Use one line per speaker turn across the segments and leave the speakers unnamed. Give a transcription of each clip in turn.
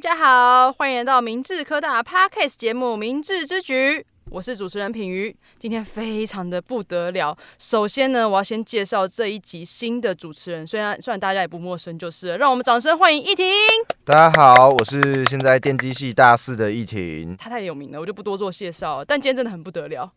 家好，欢迎来到明治科大 Podcast 节目《明治之举》，我是主持人品瑜。今天非常的不得了，首先呢，我要先介绍这一集新的主持人，虽然虽然大家也不陌生，就是了让我们掌声欢迎一婷。
大家好，我是现在电机系大四的易婷，
他太有名了，我就不多做介绍了。但今天真的很不得了，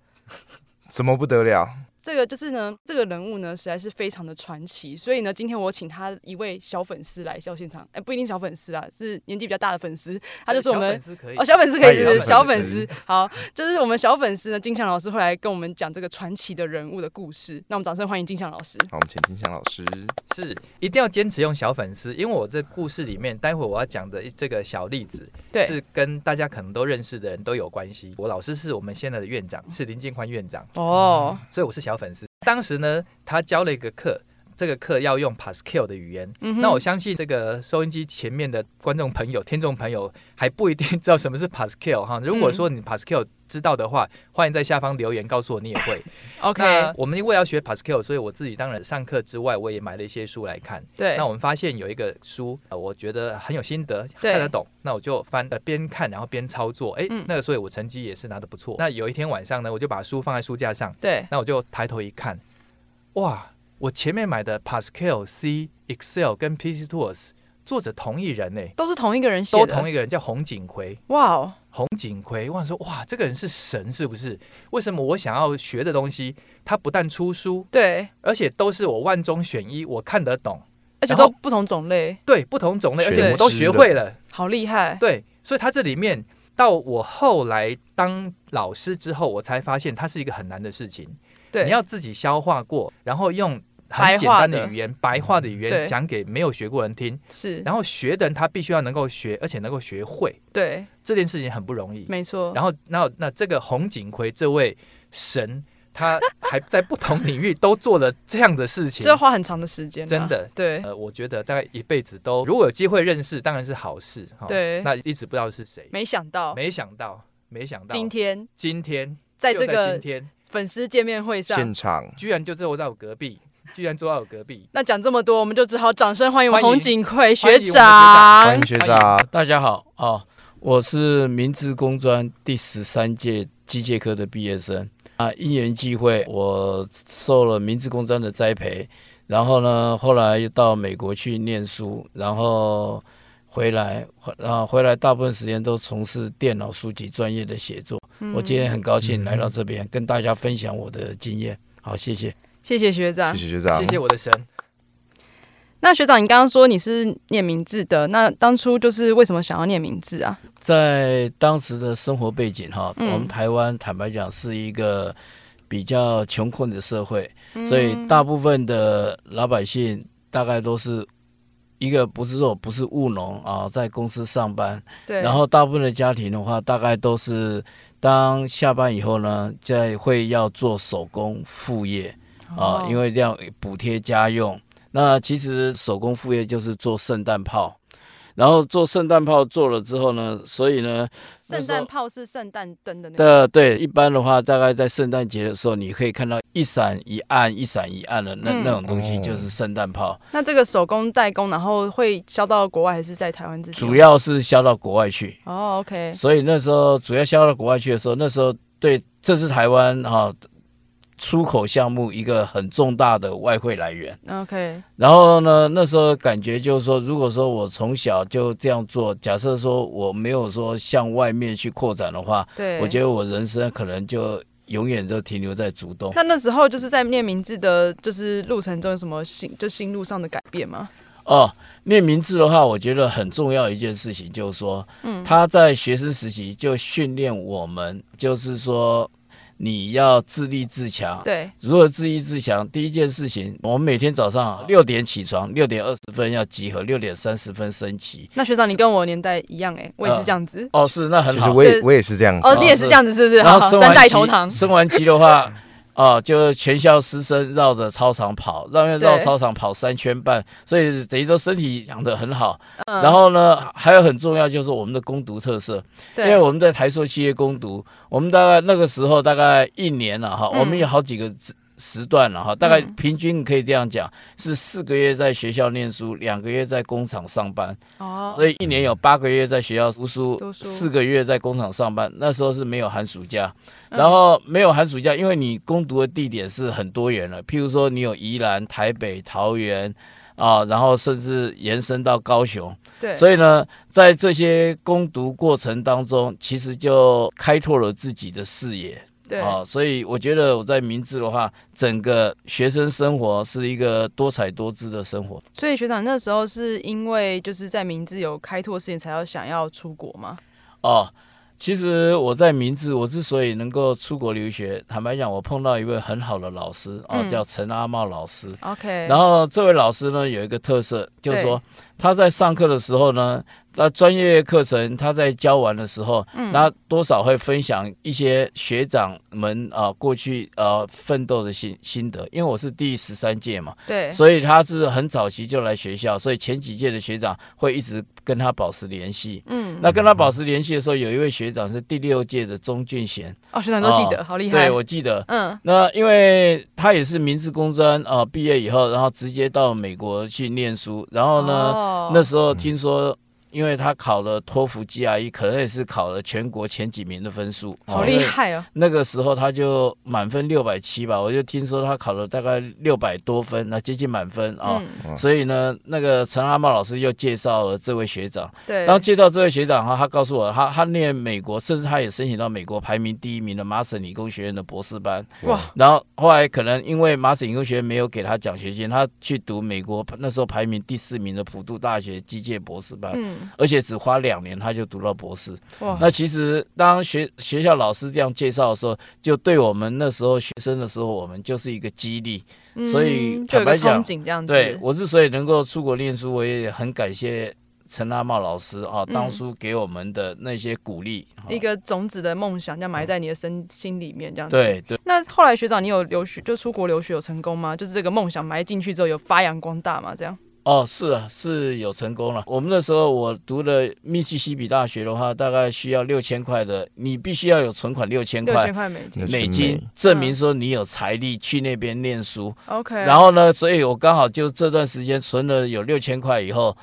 怎么不得了？
这个就是呢，这个人物呢实在是非常的传奇，所以呢，今天我请他一位小粉丝来到现场，哎、不一定小粉丝啊，是年纪比较大的粉丝，他就是我们
小粉丝可以
哦，小粉丝可以
哎
是不是小
小
粉
粉
丝
丝，
好，就是我们小粉丝呢，金祥老师会来跟我们讲这个传奇的人物的故事。那我们掌声欢迎金祥老师。
好，我们请金祥老师。
是一定要坚持用小粉丝，因为我这故事里面，待会我要讲的这个小例子，
对，
是跟大家可能都认识的人都有关系。我老师是我们现在的院长，是林建宽院长，
哦，
所以我是小粉丝。当时呢，他教了一个课，这个课要用 Pascal 的语言。
嗯哼
那我相信这个收音机前面的观众朋友、听众朋友还不一定知道什么是 Pascal 哈。如果说你 Pascal 知道的话，欢迎在下方留言告诉我你也会。那
OK，
我们因为要学 Pascal，所以我自己当然上课之外，我也买了一些书来看。
对，
那我们发现有一个书，呃我觉得很有心得，
对
看得懂，那我就翻，呃，边看然后边操作，哎、
嗯
那个所以我成绩也是拿得不错。那有一天晚上呢，我就把书放在书架上，
对，
那我就抬头一看，哇，我前面买的 Pascal、C、Excel 跟 PC Tools 作者同一人呢、
都是同一个人写
都
的，
同一个人，叫洪景奎。
哇哦，
洪景奎，我想说，哇，这个人是神是不是？为什么我想要学的东西，他不但出书，
对，
而且都是我万中选一，我看得懂，
而且
然后
都不同种类，
对，不同种类，而且
全
我都
知
学
了
会了，
好厉害。
对，所以他这里面到我后来当老师之后，我才发现它是一个很难的事情，
对，
你要自己消化过，然后用
白
很简
话
单
的
的语言、白话的语
嗯对
言讲给没有学过人听，
是，
然后学的人他必须要能够学，而且能够学会，
对，
这件事情很不容易。
没错。
然后，那那这个洪景奎这位神，他还在不同领域都做了这样的事情
这，要花很长的时间啊，
真的
对，
呃，我觉得大概一辈子都，如果有机会认识，当然是好事哈。
对
那一直不知道是谁，
没想到
没想到，没想到，
今天
今天
在
就
这个
今天，
粉丝见面会上
现，场
居然就坐在我隔壁，居然坐在我隔壁，
那讲这么多，我们就只好掌声欢迎我们
欢
洪
迎
景奎
欢
学
迎我们的学
长
欢。迎学长，
大家好啊、我是明治工专第十三届机械科的毕业生啊。因缘际会，我受了明治工专的栽培，然后呢，后来又到美国去念书，然后回来，然后回来大部分时间都从事电脑书籍专业的写作。
嗯
我今天很高兴来到这边，跟大家分享我的经验。好，谢谢。
谢谢学长
谢。谢学长，
谢谢我的神。
那学长，你刚刚说你是念名字的，那当初就是为什么想要念名字啊？
在当时的生活背景哈，
嗯
我们台湾坦白讲是一个比较穷困的社会，
嗯
所以大部分的老百姓大概都是一个不是说不是务农啊，在公司上班，
对，
然后大部分的家庭的话，大概都是当下班以后呢，在会要做手工副业啊，因
为
为这样补贴家用。那其实手工副业就是做圣诞炮，然后做圣诞炮做了之后呢，所以呢，那
圣
时候
诞炮是圣诞灯的那个，
的对，一般的话，大概在圣诞节的时候，你可以看到一闪一暗、一闪一暗的
嗯
那、
哦
那种东西，就是圣诞炮，
那这个手工代工，然后会销到国外还是在台湾自己？
主要是销到国外去。
哦，OK，
所以那时候主要销到国外去的时候，那时候对这是台湾哈、出口项目一个很重大的外汇来源。
OK，
然后呢，那时候感觉就是说，如果说我从小就这样做，假设说我没有说向外面去扩展的话，
对，
我觉
得。
得我人生可能就永远就停留在竹东。
那那时候就是在念名字的，就是路程中有什么心，就心路上的改变吗？
哦，念名字的话，我觉得很重要一件事情就是说，嗯，他在学生时期就训练我们，就是说你要自立自强。
对，
如何自立自强？第一件事情，我们每天早上啊六点起床，六点二十分要集合，六点三十分升旗。
那学长你跟我年代一样哎、我也是这样子。
哦，是，那很
就是
好。
我也
对
我也是这样子，
哦，你也是这样子是不是？
然后
好
升
三
完
代
旗，
同堂。
升完旗的话， 啊，就是全校师生绕着操场跑，绕绕
对
操场跑三圈半，所以等于说身体养得很好。
嗯
然后呢，还有很重要就是我们的攻读特色，因
对，
为我们在台塑企业攻读，我们大概那个时候大概一年了、哈，
嗯
我们有好几个职时段了哈，大概
嗯
平均可以这样讲，是四个月在学校念书，两个月在工厂上班，
哦，
所以一年有八个月在学校读书
读，书
四个月在工厂上班。那时候是没有寒暑假，
嗯
然后没有寒暑假，因为你攻读的地点是很多元了，譬如说你有宜兰、台北、桃园啊，然后甚至延伸到高雄。
对，
所以呢，在这些攻读过程当中，其实就开拓了自己的视野
对，
啊。所以我觉得我在明治的话，整个学生生活是一个多彩多姿的生活。
所以学长那时候是因为就是在明治有开拓事情，才要想要出国吗？
哦，其实我在明治，我之所以能够出国留学，坦白讲，我碰到一位很好的老师哦，
嗯
叫陈阿茂老师。
OK，
然后这位老师呢有一个特色，就是说他在上课的时候呢，那专业课程他在教完的时候，
嗯
那、多少会分享一些学长们啊、过去呃奋斗的心心得，因为我是第十三届嘛，
对，
所以他是很早期就来学校，所以前几届的学长会一直跟他保持联系。
嗯，
那跟他保持联系的时候，有一位学长是第六届的钟俊贤，
哦，学长都记得，
哦
好厉害，
对我记得，
嗯，
那因为他也是明治工专啊、呃毕业以后，然后直接到美国去念书，然后呢，
哦
那时候听说。因为他考了托福 GRE，可能也是考了全国前几名的分数，
好
哦
厉！害哦，
那那个时候他就满分六百七吧，我就听说他考了大概六百多分，那接近满分啊、
嗯，
所以呢，那个陈阿茂老师又介绍了这位学长，
对，
然后介绍这位学长哈，他告诉我，他他念美国，甚至他也申请到美国排名第一名的麻省理工学院的博士班，
哇，
然后后来可能因为麻省理工学院没有给他奖学金，他去读美国那时候排名第四名的普渡大学机械博士班，
嗯，
而且只花两年他就读到博士。
哇，
那其实当学学校老师这样介绍的时候，就对我们那时候学生的时候，我们就是一个激励。所以
嗯就有个
坦白讲
憧憬这样子，
对我之所以能够出国念书，我也很感谢陈阿茂老师啊，
嗯
当初给我们的那些鼓励。啊
一个种子的梦想，这样埋在你的身心里面，这样子。
对对。
那后来学长，你有留学就出国留学有成功吗？就是这个梦想埋进去之后有发扬光大吗？这样
哦，是啊，是有成功了。我们那时候我读的密西西比大学的话，大概需要六千块的，你必须要有存款六千
六千块
块
美金
嗯
美
是
金
美，
证明说你有财力去那边念书。
，OK。
嗯然后呢，所以我刚好就这段时间存了有六千块以后。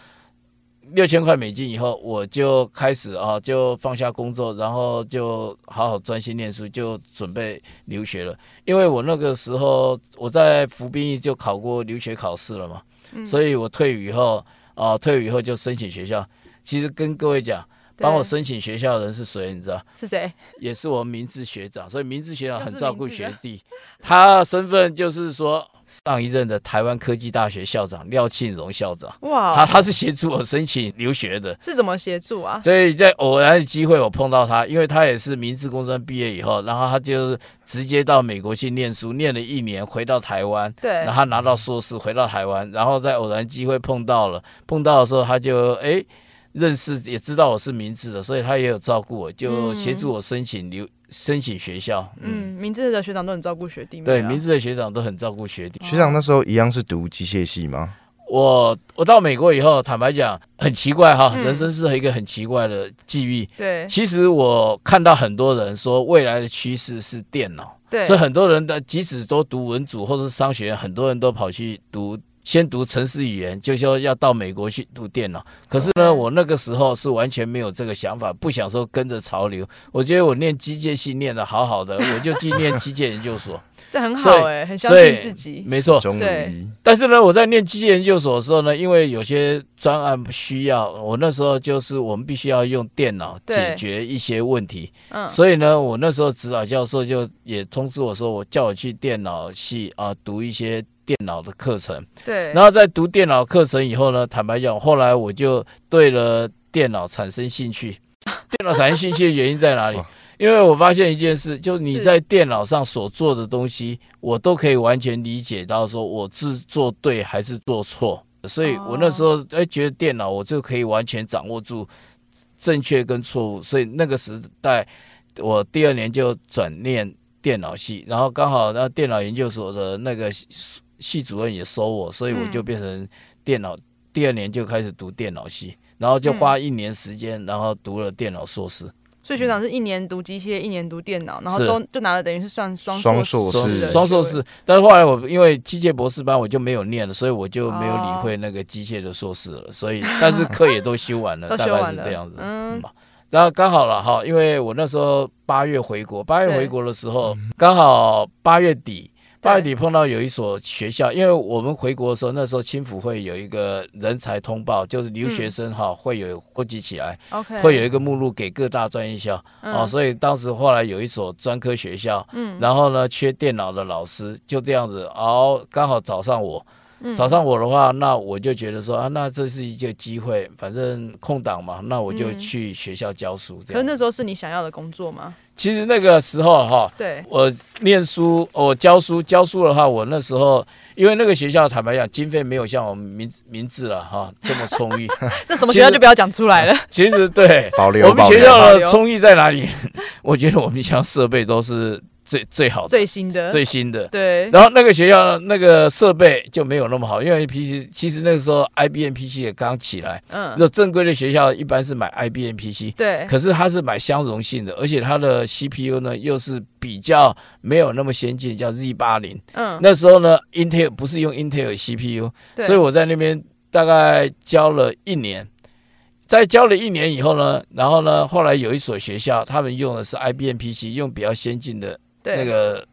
六千块美金以后，我就开始啊，就放下工作，然后就好好专心念书，就准备留学了。因为我那个时候我在服兵役就考过留学考试了嘛，
嗯
所以我退伍以后啊，退伍以后就申请学校。其实跟各位讲，
对
帮我申请学校的人是谁，你知道？
是谁？
也是我们明治学长，所以明治学长很照顾学
又
弟。他的身份就是说，上一任的台湾科技大学校长廖庆荣校长，他
哇，
他是协助我申请留学的。
是怎么协助啊？
所以在偶然的机会，我碰到他，因为他也是明治工专毕业以后，然后他就直接到美国去念书，念了一年，回到台湾，
对
然后，他拿到硕士，回到台湾，然后在偶然机会碰到了，碰到的时候他就哎、认识，也知道我是明治的，所以他也有照顾我，就
嗯
协助我申请留、申请学校。嗯，
嗯，明治的学长都很照顾学弟妹啊。
对，明治的学长都很照顾学弟。
学长那时候一样是读机械系吗？
我我到美国以后，坦白讲很奇怪哈，
嗯
人生是一个很奇怪的际遇。
对
其实我看到很多人说未来的趋势是电脑，
对
所以很多人的即使都读文组或是商学院，很多人都跑去读。先读城市语言，就说要到美国去读电脑。可是呢，
嗯
我那个时候是完全没有这个想法，不想说跟着潮流。我觉得我念机械系念的好好的，我就去念机械研究所。
这很好
所以
哎、很相
所以
信自己。
没错，
钟如
对
一，
但是呢，我在念机械研究所的时候呢，因为有些专案需要，我那时候就是我们必须要用电脑
对
解决一些问题，
嗯，
所以呢，我那时候指导教授就也通知我说，我叫我去电脑系啊、读一些电脑的课程。
对，
然后在读电脑课程以后呢，坦白讲，后来我就对了电脑产生 兴趣。电脑产生兴趣的原因在哪里
哇？
因为我发现一件事，就是你
是
在电脑上所做的东西，我都可以完全理解到，说我是做对还是做错。所以我那时候哎，觉得电脑我就可以完全掌握住正确跟错误。所以那个时代，我第二年就转念电脑系，然后刚好那电脑研究所的那个系系主任也收我，所以我就
嗯
变成电脑、第二年就开始读电脑系，然后就花一年时间，然后读了电脑硕士。
所以学长是一年读机械，一年读电脑，然后
是
都就拿了等于是算双
双
硕士
硕
双
士
的
双
学位
硕士，但是后来我因为机械博士班我就没有念了，所以我就没有理会那个机械的硕士了，所 以但是课也都修完了，
都
大
修
概
完
是
了，
这样子。
嗯
嗯，然后刚好了哈，因为我那时候八月回国，八月
对
回国的时候刚好八月底，八月底碰到有一所学校，因为我们回国的时候，那时候青辅会有一个人才通报，就是留学生哈、会有汇集起来，
，OK，
会有一个目录给各大专院校、哦，所以当时后来有一所专科学校，
嗯
然后呢缺电脑的老师，就这样子熬，刚好找上我。
以
找上我的话，那我就觉得说啊，那这是一个机会，反正空档嘛，那我就
嗯
去学校教书
可
这
是
样。
那时候是你想要的工作吗？
其实那个时候哈，
对，
我念书，我教书，教书的话，我那时候因为那个学校坦白讲，经费没有像我们民民治了哈这么充裕。
那什么学
其
校
实嗯
就不要讲出来了。
其实对
保留
我们
保
学
留
校
保
的
留
充裕在哪里？ 我觉得我们像设备都是最最好的、
最新的，
最新的。
对，
然后那个学校那个设备就没有那么好，因为 PC 其实那个时候 IBM PC 也刚起来，
嗯，
那正规的学校一般是买 IBM PC，
对，
可是它是买相容性的，而且它的 CPU 呢又是比较没有那么先进，叫 Z 八零。
嗯，
那时候呢，Intel 不是用 Intel CPU，
对
所以我在那边大概教了一年。在教了一年以后呢，然后呢，后来有一所学校，他们用的是 IBM PC，用比较先进的
对
那个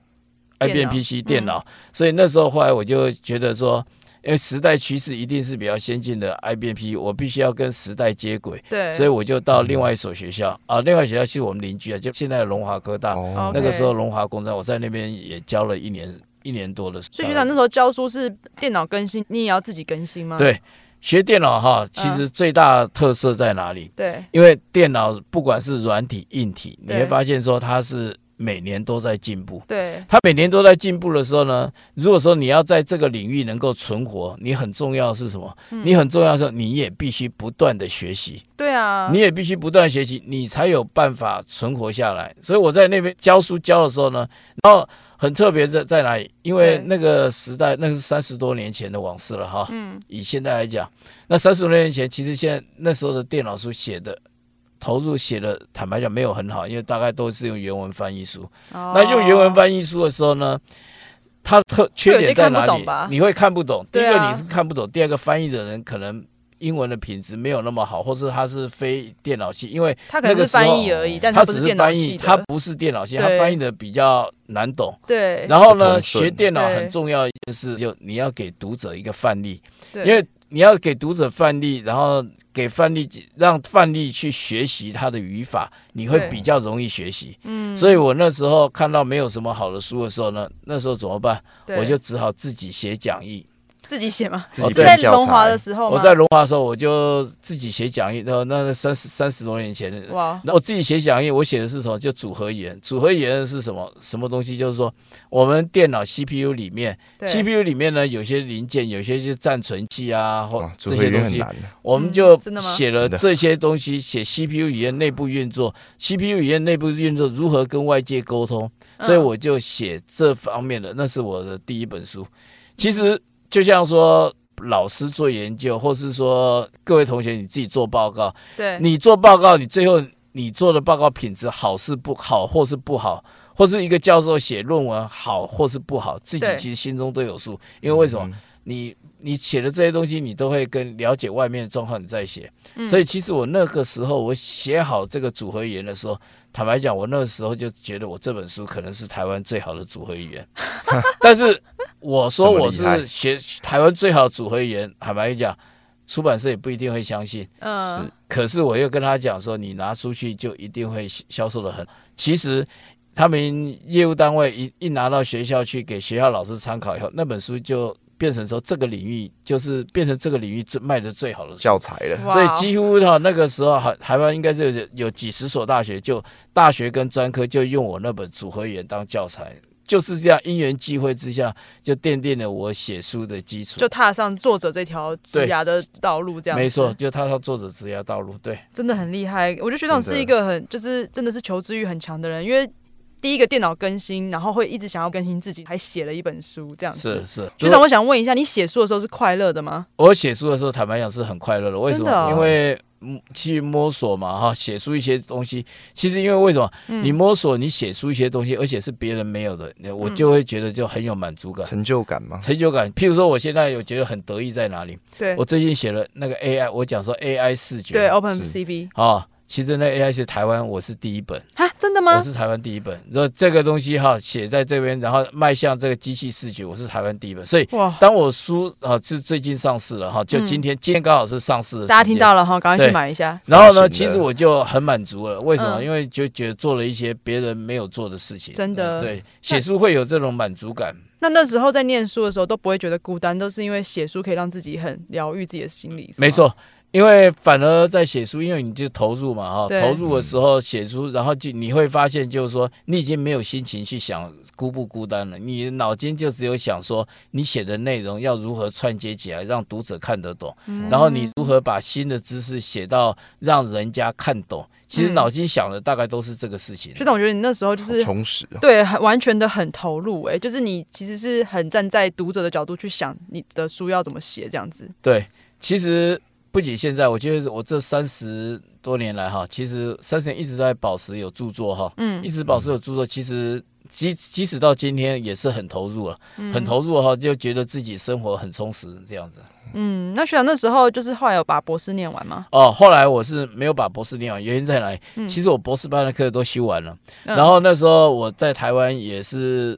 电
IBM
脑嗯
PC 电脑，所以那时候后来我就觉得说，因为时代趋势一定是比较先进的 IBM PC，我必须要跟时代接轨，
对，
所以我就到另外一所学校啊，另外一所学校是我们邻居啊，就现在的龙华科大，
哦
OK
那个时候龙华工专，我在那边也教了一年一年多的。呃
所以学长那时候教书是电脑更新，你也要自己更新吗？
对学电脑哈，其
嗯
实最大的特色在哪里？
对，
因为电脑不管是软体、硬体，你
对
会发现说它是每年都在进步。
对，
它每年都在进步的时候呢，如果说你要在这个领域能够存活，你很重要的是什么？
嗯
你很重要的时候，你也必须不断的学习，
对啊，
你也必须不断地学习，你才有办法存活下来。所以我在那边教书教的时候呢，然后很特别在在哪里？因为
对
那个时代，那个是三十多年前的往事了哈。
嗯，
以现在来讲，那三十多年前，其实现在那时候的电脑书写的投入写的，坦白讲没有很好，因为大概都是用原文翻译书。那
那
用原文翻译书的时候呢，它特缺点在
会有些看不
哪里
懂吧？
你会看不懂。第一
对
个
啊
你是看不懂，第二个翻译的人可能英文的品质没有那么好，或是他是非电脑系，因为
他可能
那个
是
时候
翻译而已，但
他
不
只
电脑
翻
系
译，
的
他不是电脑系，他
对
翻译的比较难懂。
对，
然后
不
呢，
通顺
学电脑
对
很重要一件事，就你要给读者一个范例，
对
因为你要给读者范例，然后给范例让范例去学习他的语法，你会
对
比较容易学习。
嗯，
所以我那时候看到没有什么好的书的时候呢，那时候怎么办？
对
我就只好自己写讲义。
自己写嘛。
自
我
己
是
对
在
编教
龙华
材
的时候吗？
我在龙华的时候，我就自己写讲义，然后那三十三十多年前，
哇，
那我自己写讲义，我写的是什么？就组合语言。组合语言是什么？什么东西？就是说，我们电脑 CPU 里面
对
，CPU 里面呢，有些零件，有些就是暂存器啊，或
哇，哦组
这
合
些
已经
东
很
西，
难啊了。
我们
嗯
就
真的吗
写了
真的
这些东西，写 CPU 语言内部运作，CPU 语言内部运作如何跟外界沟通，
嗯
所以我就写这方面的，那是我的第一本书。其实就像说。老师做研究，或是说各位同学你自己做报告，
对
你做报告，你最后你做的报告品质好是不好，或是不好，或是一个教授写论文好或是不好，自己
对
其实心中都有数。因为为什么？
嗯？
你你写的这些东西，你都会跟了解外面的状况，你再写。
嗯
所以其实我那个时候我写好这个组合语言的时候，坦白讲，我那个时候就觉得我这本书可能是台湾最好的组合语言。但是我说
这么
我
厉害
是写台湾最好的组合语言，坦白讲，出版社也不一定会相信。
嗯，
可是我又跟他讲说，你拿出去就一定会销售的很。其实他们业务单位一一拿到学校去给学校老师参考以后，那本书就变成说这个领域就是变成这个领域最卖的最好的书。
教材了，
哇
所以几乎哈那个时候哈，台湾应该是有有几十所大学，就大学跟专科就用我那本组合语言当教材，就是这样因缘际会之下，就奠定了我写书的基础
就。踏上作者这条职涯的道路，这样子
没错，，就踏上作者职业道路。对，
真的很厉害。我觉得学长
真
是
的
一个很就是真的是求知欲很强的人，因为第一个电脑更新，然后会一直想要更新自己，还写了一本书这样子
是。是。
学长，我想问一下，你写书的时候是快乐的吗？
我写书的时候，坦白讲是很快乐的。为什
真的哦
么？因为嗯去摸索嘛，哈，写出一些东西。其实因为为什么、
嗯
你摸索，你写出一些东西，而且是别人没有的，
嗯
我就会觉得就很有满足感、
成就感吗？
成就感。譬如说，我现在有觉得很得意在哪里？
对
我最近写了那个 AI，我讲说 AI 视觉，
对，Open 哦 CV
啊、其实那 AI 是台湾，我是第一本。
啊，真的
我
吗？
是台湾第一本，然后这个东西哈写在这边，然后迈向这个机器视觉，我是台湾第一本。所以
哇，
当我书啊是最近上市了哈，就今天、今天刚好是上市的，
嗯大家听到。了哈，赶快去
对
买一下。
然后
发
呢，
行
其
的
实我就很满足了，为什么？
嗯
因为就觉得做了一些别人没有做的事情，
真的
嗯对，写书会有这种满足感。
那那时候在念书的时候都不会觉得孤单，都是因为写书可以让自己很疗愈自己的心理。是吗
没，错，因为反而在写书，因为你就投入嘛，哈，
对
投入的时候写书，然后就你会发现，就是说你已经没有心情去想孤不孤单了，你的脑筋就只有想说你写的内容要如何串接起来，让读者看得懂，
嗯
然后你如何把新的知识写到让人家看懂。其实
嗯
脑筋想的大概都是这个事情。
学长，我觉得你那时候就是
充实
啊
哦，
对，很完全的很投入、欸，就是你其实是很站在读者的角度去想你的书要怎么写这样子。
对，其实不仅现在，我觉得我这三十多年来哈，其实三十年一直在保持有著作哈，
嗯
一直保持有著作，其实。即即使到今天也是很投入了，很投入哈，就觉得自己生活很充实这样子。
嗯，那学长那时候就是后来有把博士念完吗？
哦，后来我是没有把博士念完，原因在哪里？其实我博士班的课都修完了，
嗯
然后那时候我在台湾也是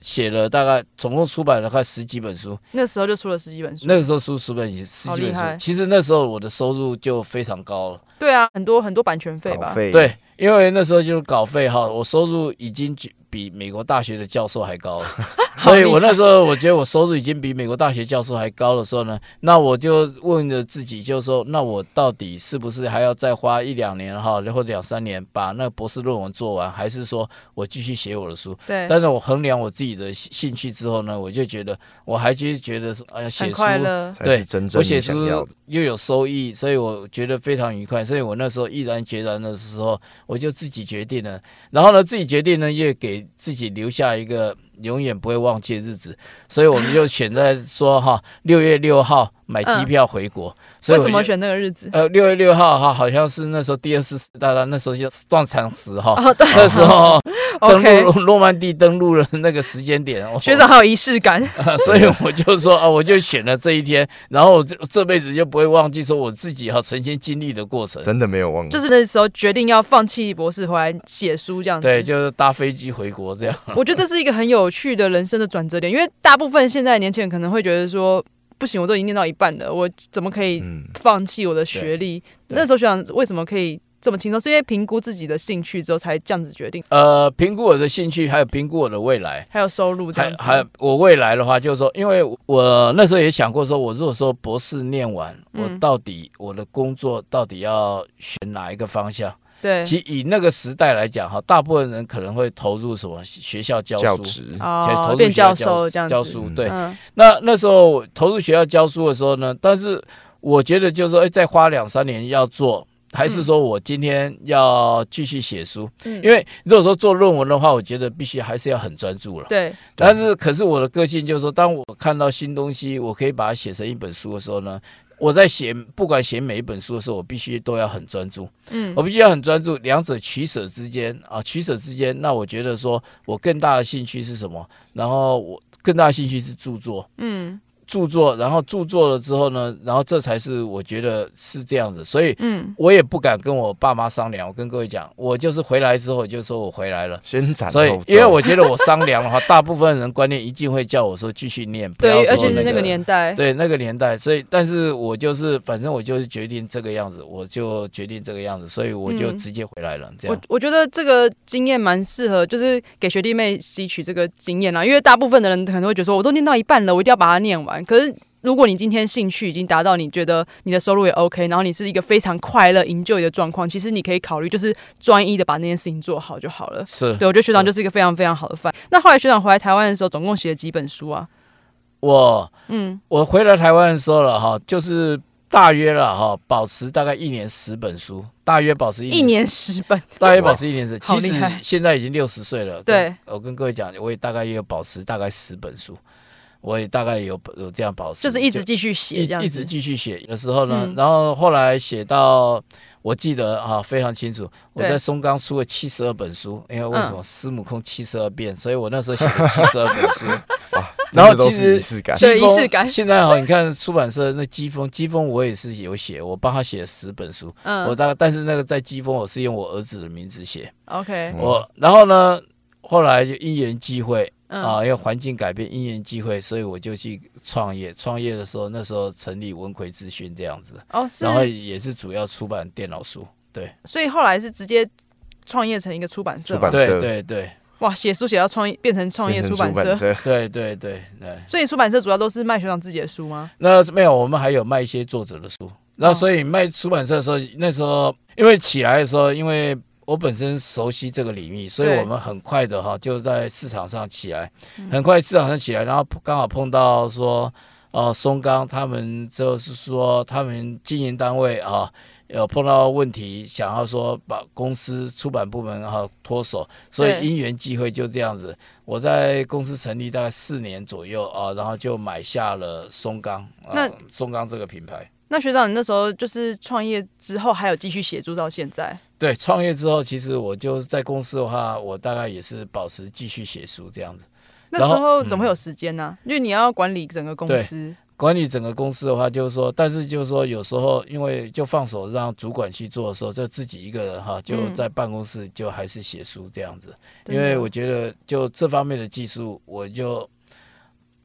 写了大概总共出版了快十几本书，
那时候就出了十几本书。
那个时候出十本十
好
几
厉
本书
害，
其实那时候我的收入就非常高了。
对啊，很多很多版权费
稿
吧。
费，
对，因为那时候就是稿费哈，我收入已经比比美国大学的教授还 高了， 所以我那时候我觉得我收入已经比美国大学教授还高的时候呢，那我就问了自己，就是说，那我到底是不是还要再花一两年哈，然后两三年把那个博士论文做完，还是说我继续写我的书？
对，
但是我衡量我自己的兴兴趣之后呢，我就觉得我还是觉得说，哎呀，写
很
书
快乐。
才
对
是真正
我
你
写
想要
出
的。
又有收益，所以我觉得非常愉快。所以我那时候毅然决然的时候，我就自己决定了。然后呢，自己决定呢，又给自己留下一个永远不会忘记的日子。所以我们就选在 说哈，六月六号买机票回国。所以
嗯为
我
什
就
么？选那个日子？
呃，六月六号哈，好像是那时候第二次世界大战，那时候就断肠时哈。
哦，对
那时候 登
，OK，
陆 诺曼底登陆的那个时间点，我
学长好有仪式感。
啊， 所以我就说啊，我就选了这一天，然后我这这辈子就不会忘记说我自己哈、曾经经历的过程。
真的没有忘
就
记，
是那时候决定要放弃博士，回来写书这样子。
对，就是搭飞机回国这样。
我觉得这是一个很有趣的人生的转折点，因为大部分现在的年轻人可能会觉得说，不行，我都已经念到一半了，我怎么可以
嗯，
放弃我的学历？
对
那时候想，为什么可以这么轻松？是因为评估自己的兴趣之后才这样子决定，
呃，评估我的兴趣，还有评估我的未来，
还有收入这
还
样子。
还有我未来的话，就是说，因为我那时候也想过说，我如果说博士念完，我
嗯
到底我的工作到底要选哪一个方向？
对，
其实以那个时代来讲哈，大部分人可能会投入什么学校教
教
书。
职
其实投
哦，
入
变
学校
教
教
授这样子。
教书，对，
嗯，
那那时候我投入学校教书的时候呢，但是我觉得就是说，哎，再花两三年要做，还是说我今天要继续写书？
嗯
因为如果说做论文的话，我觉得必须还是要很专注了。
对，
但是，可是我的个性就是说，当我看到新东西，我可以把它写成一本书的时候呢，我在写不管写每一本书的时候，我必须都要很专注。
嗯
我必须要很专注，两者取舍之间啊，取舍之间，那我觉得说我更大的兴趣是什么？然后我更大的兴趣是著作，
嗯
著作，然后著作了之后呢，然后这才是我觉得是这样子，所以
嗯，
我也不敢跟我爸妈商量。我跟各位讲，我就是回来之后我就说我回来了。
先斩后
所以
奏，，
因为我觉得我商量的话， 大部分人观念一定会叫我说继续念，不要
对，
说
而且是那个
个
年代。
对那个年代，所以但是我就是反正我就是决定这个样子，我就决定这个样子，所以我就
嗯
直接回来了。这
我
样
我觉得这个经验蛮适合，就是给学弟妹吸取这个经验啦。啊因为大部分的人可能会觉得说，我都念到一半了，我一定要把它念完。可是如果你今天兴趣已经达到，你觉得你的收入也 OK，然后你是一个非常快乐、营救的状况，其实你可以考虑就是专一的把那件事情做好就好了。
是
对，我觉得学长
是
就是一个非常非常好的范。那后来学长回来台湾的时候，总共写了几本书啊？
我
嗯，
我回来台湾的时候了哈，就是大约了哈，保持大概一年十本书，大约保持一
一
年
年
十
十本，
大约保持一年十，
好
即
厉
使
害
现在已经六十岁了，
对
跟，我跟各位讲，我也大概也有保持大概十本书。我也大概有有这样保持，
就是一直继续写
一
这样
一直
子。
继续写的时候呢，
嗯
然后后来写到，我记得啊非常清楚，我
对
在松冈出了七十二本书，因为为什
嗯
么师母控七十二变，所以我那时候写了七十二本书。
哇，
然后
真的都
其
是
实
仪式 感，
对
季风
仪式感
现在哈，你看出版社那季风，季风我也是有写，我帮他写了十本书，我
嗯
大概但是那个在季风我是用我儿子的名字写，
，OK，
嗯
我然后呢，后来就因缘际会
嗯
啊，因为环境改变，因缘际会，所以我就去创业。创业的时候，那时候成立文奎资讯这样子，
哦是
然，后也是主要出版电脑书。对
所以后来是直接创业成一个出版社
出
嘛
版？
对
社
对对
哇，写书写到创业变成创业
变成
出版社，
社，
对对对对。
所以出版社主要都是卖学长自己的书吗？
那没有，我们还有卖一些作者的书。
哦
然后所以卖出版社的时候，那时候因为起来的时候，因为我本身熟悉这个领域，所以
对嗯
我们很快的哈就在市场上起来，很快市场上起来，然后刚好碰到说，哦、松冈他们就是说他们经营单位啊。有碰到问题，想要说把公司出版部门哈、脱手，所
对
以因缘际会就这样子，我在公司成立大概四年左右啊，然后就买下了松冈，啊、
那
松冈这个品牌。
那学长，你那时候就是创业之后还有继续写作到现在？
对，创业之后，其实我就在公司的话，我大概也是保持继续写书这样子。
那
然
时
后嗯
候怎么会有时间呢、因为你要管理整个公司，
管理整个公司的话，就是说，但是就是说，有时候因为就放手让主管去做的时候，就自己一个人哈，就
嗯
在办公室就还是写书这样子。
真
因
的
为我觉得就这方面的技术，我就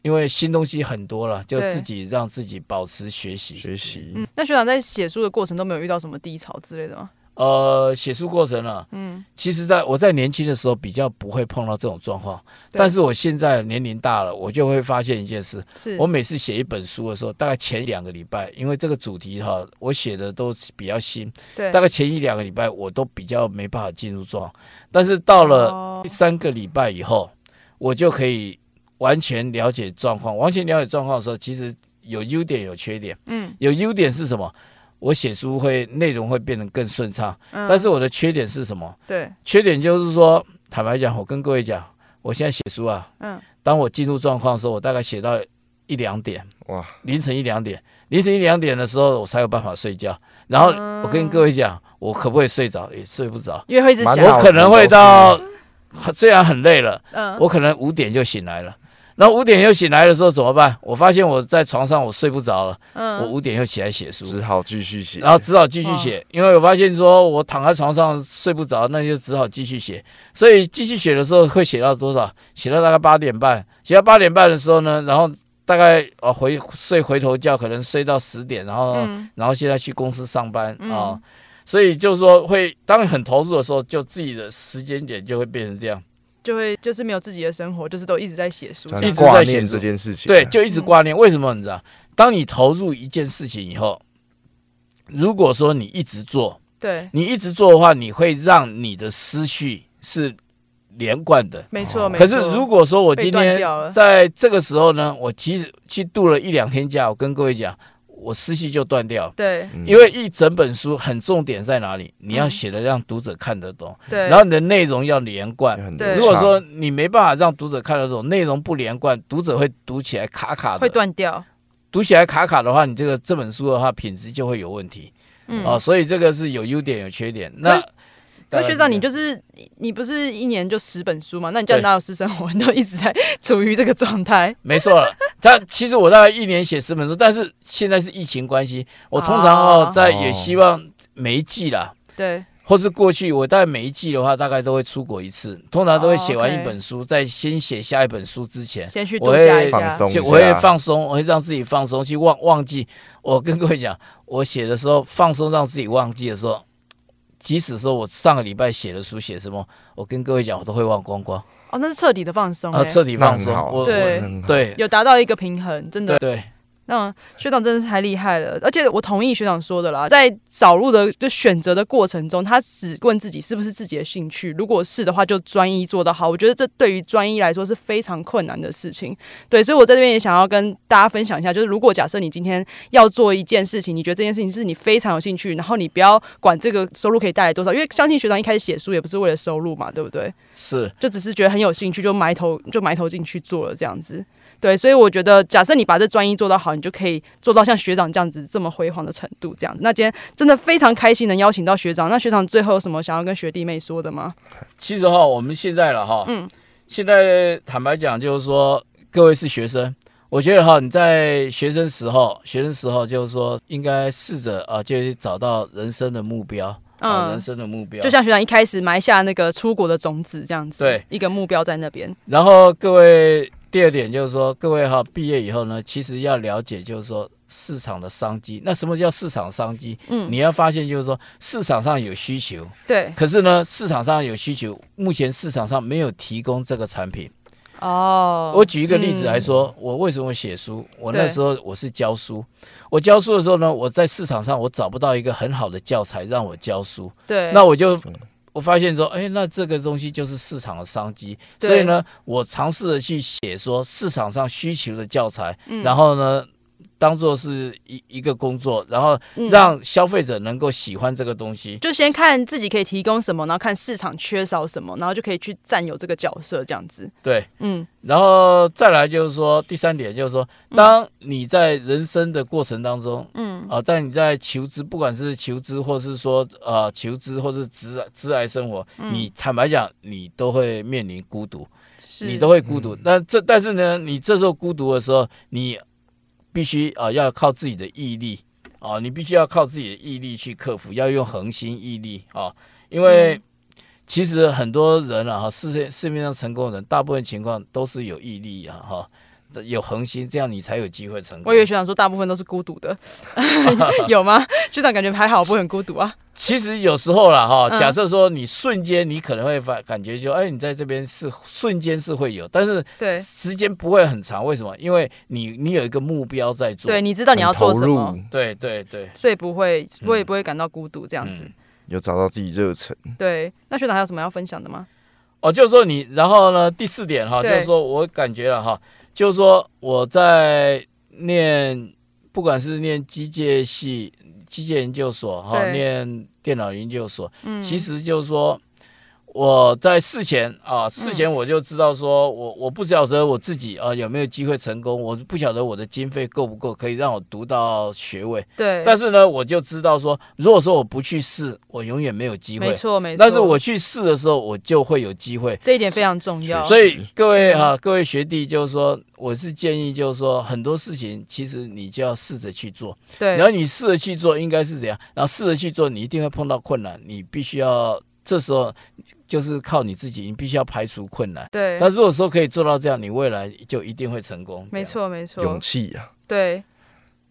因为新东西很多了，就
对
自己让自己保持学习。
学习。
嗯，那学长在写书的过程都没有遇到什么低潮之类的吗？
呃，写书过程啊，嗯，其实在我在年轻的时候比较不会碰到这种状况，
对
但是我现在年龄大了，我就会发现一件事，
是
我每次写一本书的时候，大概前两个礼拜，因为这个主题哈，我写的都比较新，
对
大概前一两个礼拜我都比较没办法进入状，但是到了
哦
第三个礼拜以后，我就可以完全了解状况。完全了解状况的时候，其实有优点有缺点。
嗯，
有优点是什么？我写书会内容会变得更顺畅，
嗯
但是我的缺点是什么？
对
缺点就是说，坦白讲，我跟各位讲，我现在写书啊，
嗯，
当我进入状况的时候，我大概写到一两点，
哇，
凌晨一两点，凌晨一两点的时候，我才有办法睡觉。然后我跟各位讲，我可不可以睡着？也睡不着，
因为会一直
蛮
想，
好
我可能会到，虽然很累了，
嗯，
我可能五点就醒来了。然后五点又醒来的时候怎么办？我发现我在床上我睡不着了，我
嗯，
五点又起来写书，
只好继续写。
然后只好继续写，因为我发现说我躺在床上睡不着，那就只好继续写。所以继续写的时候会写到多少？写到大概八点半。写到八点半的时候呢，然后大概呃回睡回头觉，可能睡到十点，然后、
嗯
然后现在去公司上班啊、
嗯
所以就是说会当你很投入的时候，就自己的时间点就会变成这样，
就会就是没有自己的生活，就是都一直在写书这
这
样，
样
一直在
挂
写
念这
作
件事情，嗯
对，就一
嗯
直挂念。为什么你知道？当你投入一件事情以后，如果说你一直做，
对，
你一直做的话，你会让你的思绪是连贯的。
没错没
哦可
错。
是如果说我今
被断
天
掉了
在这个时候呢，我其实去度了一两天假，我跟各位讲，我思绪就断掉了。
对
嗯
因为一整本书很重点在哪里？你要
嗯
写的让读者看得懂，
对，
然后你的内容要连贯
也。很
对
如果
流畅
说你没办法让读者看得懂，内容不连贯，读者会读起来卡卡
会
的。
断掉，
读起来卡卡的话，你这个这本书的话品质就会有问题
嗯，
哦。所以这个是有优点有缺点。那呃
那
当然
学
这个
长，你就是你不是一年就十本书嘛？那你这样哪有私生活？ 你都一直在处于这个状态。
没错了，他其实我大概一年写十本书，但是现在是疫情关系，我通常
哦
哦，在也
哦
希望每一季啦，
对，
或是过去我大概每一季的话，大概都会出国一次，通常
哦
都会写完一
，OK
本书，在先写下一本书之前，
先去度
我会
假一
放
下。
松一
就
下，
我会放松，我会让自己放松，去忘忘记。我跟各位讲，我写的时候放松，让自己忘记的时候。即使说我上个礼拜写的书写什么，我跟各位讲，我都会忘光光，
哦，那是彻底的放松、
然
欸，
后啊彻底
那
放
很
松。
好
我
对
我对
有达到一个平衡，真的
对。对，
那学长真的是太厉害了，而且我同意学长说的啦，在找路的就选择的过程中，他只问自己是不是自己的兴趣，如果是的话，就专一做得好。我觉得这对于专一来说是非常困难的事情。对，所以我在这边也想要跟大家分享一下，就是如果假设你今天要做一件事情，你觉得这件事情是你非常有兴趣，然后你不要管这个收入可以带来多少，因为相信学长一开始写书也不是为了收入嘛，对不对？
是。
就只是觉得很有兴趣，就埋头就埋头进去做了这样子。对，所以我觉得，假设你把这专一做到好，你就可以做到像学长这样子这么辉煌的程度。这样子，那今天真的非常开心能邀请到学长。那学长最后有什么想要跟学弟妹说的吗？
其实哈，我们现在了哈，嗯，现在坦白讲，就是说各位是学生，我觉得哈，你在学生时候，学生时候就是说应该试着啊，就是找到人生的目标，啊，
嗯
人生的目标，
就像学长一开始埋下那个出国的种子这样子，
对，
一个目标在那边。
然后各位第二点就是说，各位哈毕业以后呢，其实要了解就是说市场的商机。那什么叫市场商机？
嗯，
你要发现就是说市场上有需求，
对，
可是呢市场上有需求，目前市场上没有提供这个产品。
哦，
我举一个例子来
嗯，
说，我为什么写书？我
对
那时候我是教书，我教书的时候呢，我在市场上我找不到一个很好的教材让我教书，
对，
那我就我发现说，哎，那这个东西就是市场的商机，
对
所以呢，我尝试着去写说市场上需求的教材，
嗯
然后呢，当做是一一个工作，然后
嗯
让消费者能够喜欢这个东西。
就先看自己可以提供什么，然后看市场缺少什么，然后就可以去占有这个角色这样子。
对，
嗯，
然后再来就是说第三点就是说，当你在人生的过程当中，嗯，啊、在你在求职，不管是求职或是说呃求职或是职职癌生活，你坦白讲，你都会面临孤独。
是，
你都会孤独。那、这但是呢，你这时候孤独的时候，你必须啊、要靠自己的毅力啊、你必须要靠自己的毅力去克服，要用恒心毅力啊、因为
嗯
其实很多人啊，哈世界市面上成功的人，大部分情况都是有毅力啊，哈、有恒心，这样你才有机会成
我
功
以。为学长说大部分都是孤独 的，有吗？学长感觉还好，不会很孤独 啊。
其实有时候啦，哈，
嗯
假设说你瞬间你可能会发感觉就，哎，你在这边是瞬间是会有，但是
对，
时间不会很长，为什么？因为你你有一个目标在做。
对，你知道你要
很
做
投
什么
入，，
对对对，
所以不会，我
嗯
也不会感到孤独这样子。
有找到自己热忱。
对，那学长还有什么要分享的吗？
哦，就是说你，然后呢，第四点哈，就
对
是说我感觉了哈，就是说我在念，不管是念机械系、机械研究所哈，
对
念电脑研究所，
嗯
其实就是说。我在事前啊，
嗯
事前我就知道说，我我不晓得我自己啊有没有机会成功，我不晓得我的经费够不够，可以让我读到学位。
对，
但是呢，我就知道说，如果说我不去试，我永远没有机
没
会。
错没错。
但是我去试的时候，我就会有机会。
这一点非常重要。
所以各位哈、各位学弟，就是说，我是建议，就是说，很多事情其实你就要试着去做。
对
然，后你试着去做，应该是怎样？然后试着去做，你一定会碰到困难，你必须要这时候就是靠你自己，你必须要排除困难。
对，
那如果说可以做到这样，你未来就一定会成功。
没
这样。
错没错
勇，气啊，
对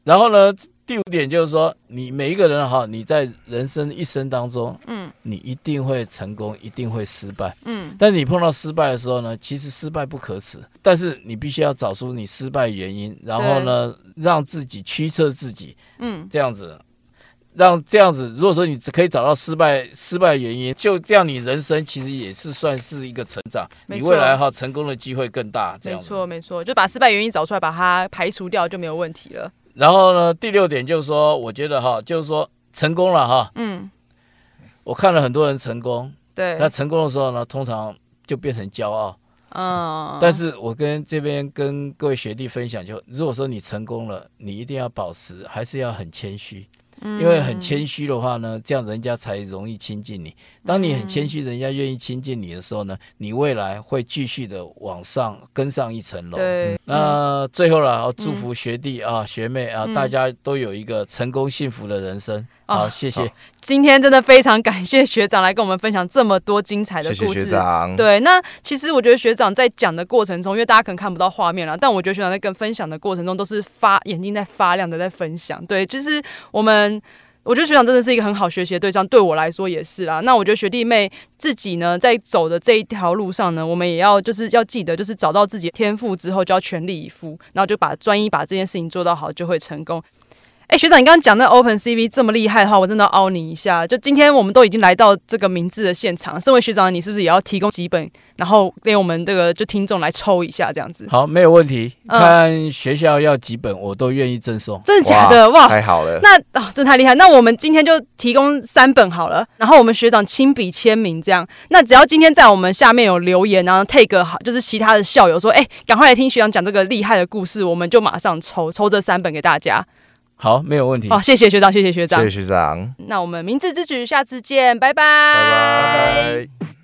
然后呢，第五点就是说，你每一个人哈，你在人生一生当中，嗯，你一定会成功，一定会失败，嗯。但是你碰到失败的时候呢，其实失败不可耻，但是你必须要找出你失败原因，然后呢，让自己驱策自己，
嗯，
这样子。让这样子，如果说你可以找到失败失败原因，就这样，你人生其实也是算是一个成长，
没
你
错
未来哈成功的机会更大。 这
没
样子
错没错，就把失败原因找出来，把它排除掉就没有问题了。
然后呢，第六点就是说，我觉得哈，就是说成功了哈。
嗯，
我看了很多人成功，
对，
那成功的时候呢，通常就变成骄傲。
嗯，
但是我跟这边跟各位学弟分享就，如果说你成功了，你一定要保持，还是要很谦虚，
嗯
因为很谦虚的话呢，这样人家才容易亲近你。当你很谦虚，人家愿意亲近你的时候呢，你未来会继续的往上跟上一层楼。
对，嗯
哦那最后了，我祝福学弟啊、学妹啊，
嗯
大家都有一个成功幸福的人生。
啊
好，谢谢
好。
今天真的非常感谢学长来跟我们分享这么多精彩的
谢谢
故
学
事。
长。
对，那其实我觉得学长在讲的过程中，因为大家可能看不到画面了，但我觉得学长在跟分享的过程中都是发眼睛在发亮的在分享。对，就是我们。我觉得学长真的是一个很好学习的对象，对我来说也是啦。那我觉得学弟妹自己呢，在走的这一条路上呢，我们也要就是要记得，就是找到自己的天赋之后，就要全力以赴，然后就把专一把这件事情做到好，就会成功。哎、学长，你刚刚讲那 Open CV 这么厉害的话，我真的要凹你一下。就今天我们都已经来到这个明智的现场，身为学长，你是不是也要提供几本，然后给我们这个就听众来抽一下这样子？
好，没有问题。
嗯
看学校要几本，我都愿意赠送。
真的假的？哇！
太好 了，
那啊、真太厉害！那我们今天就提供三本好了，然后我们学长亲笔签名，这样。那只要今天在我们下面有留言，然后 take 好，就是其他的校友说，哎、赶快来听学长讲这个厉害的故事，我们就马上抽抽这三本给大家。
好，没有问题。
好、谢谢学嗯长，谢谢学
谢
长
谢。学长，
那我们明智之举，下次见，拜拜
拜拜。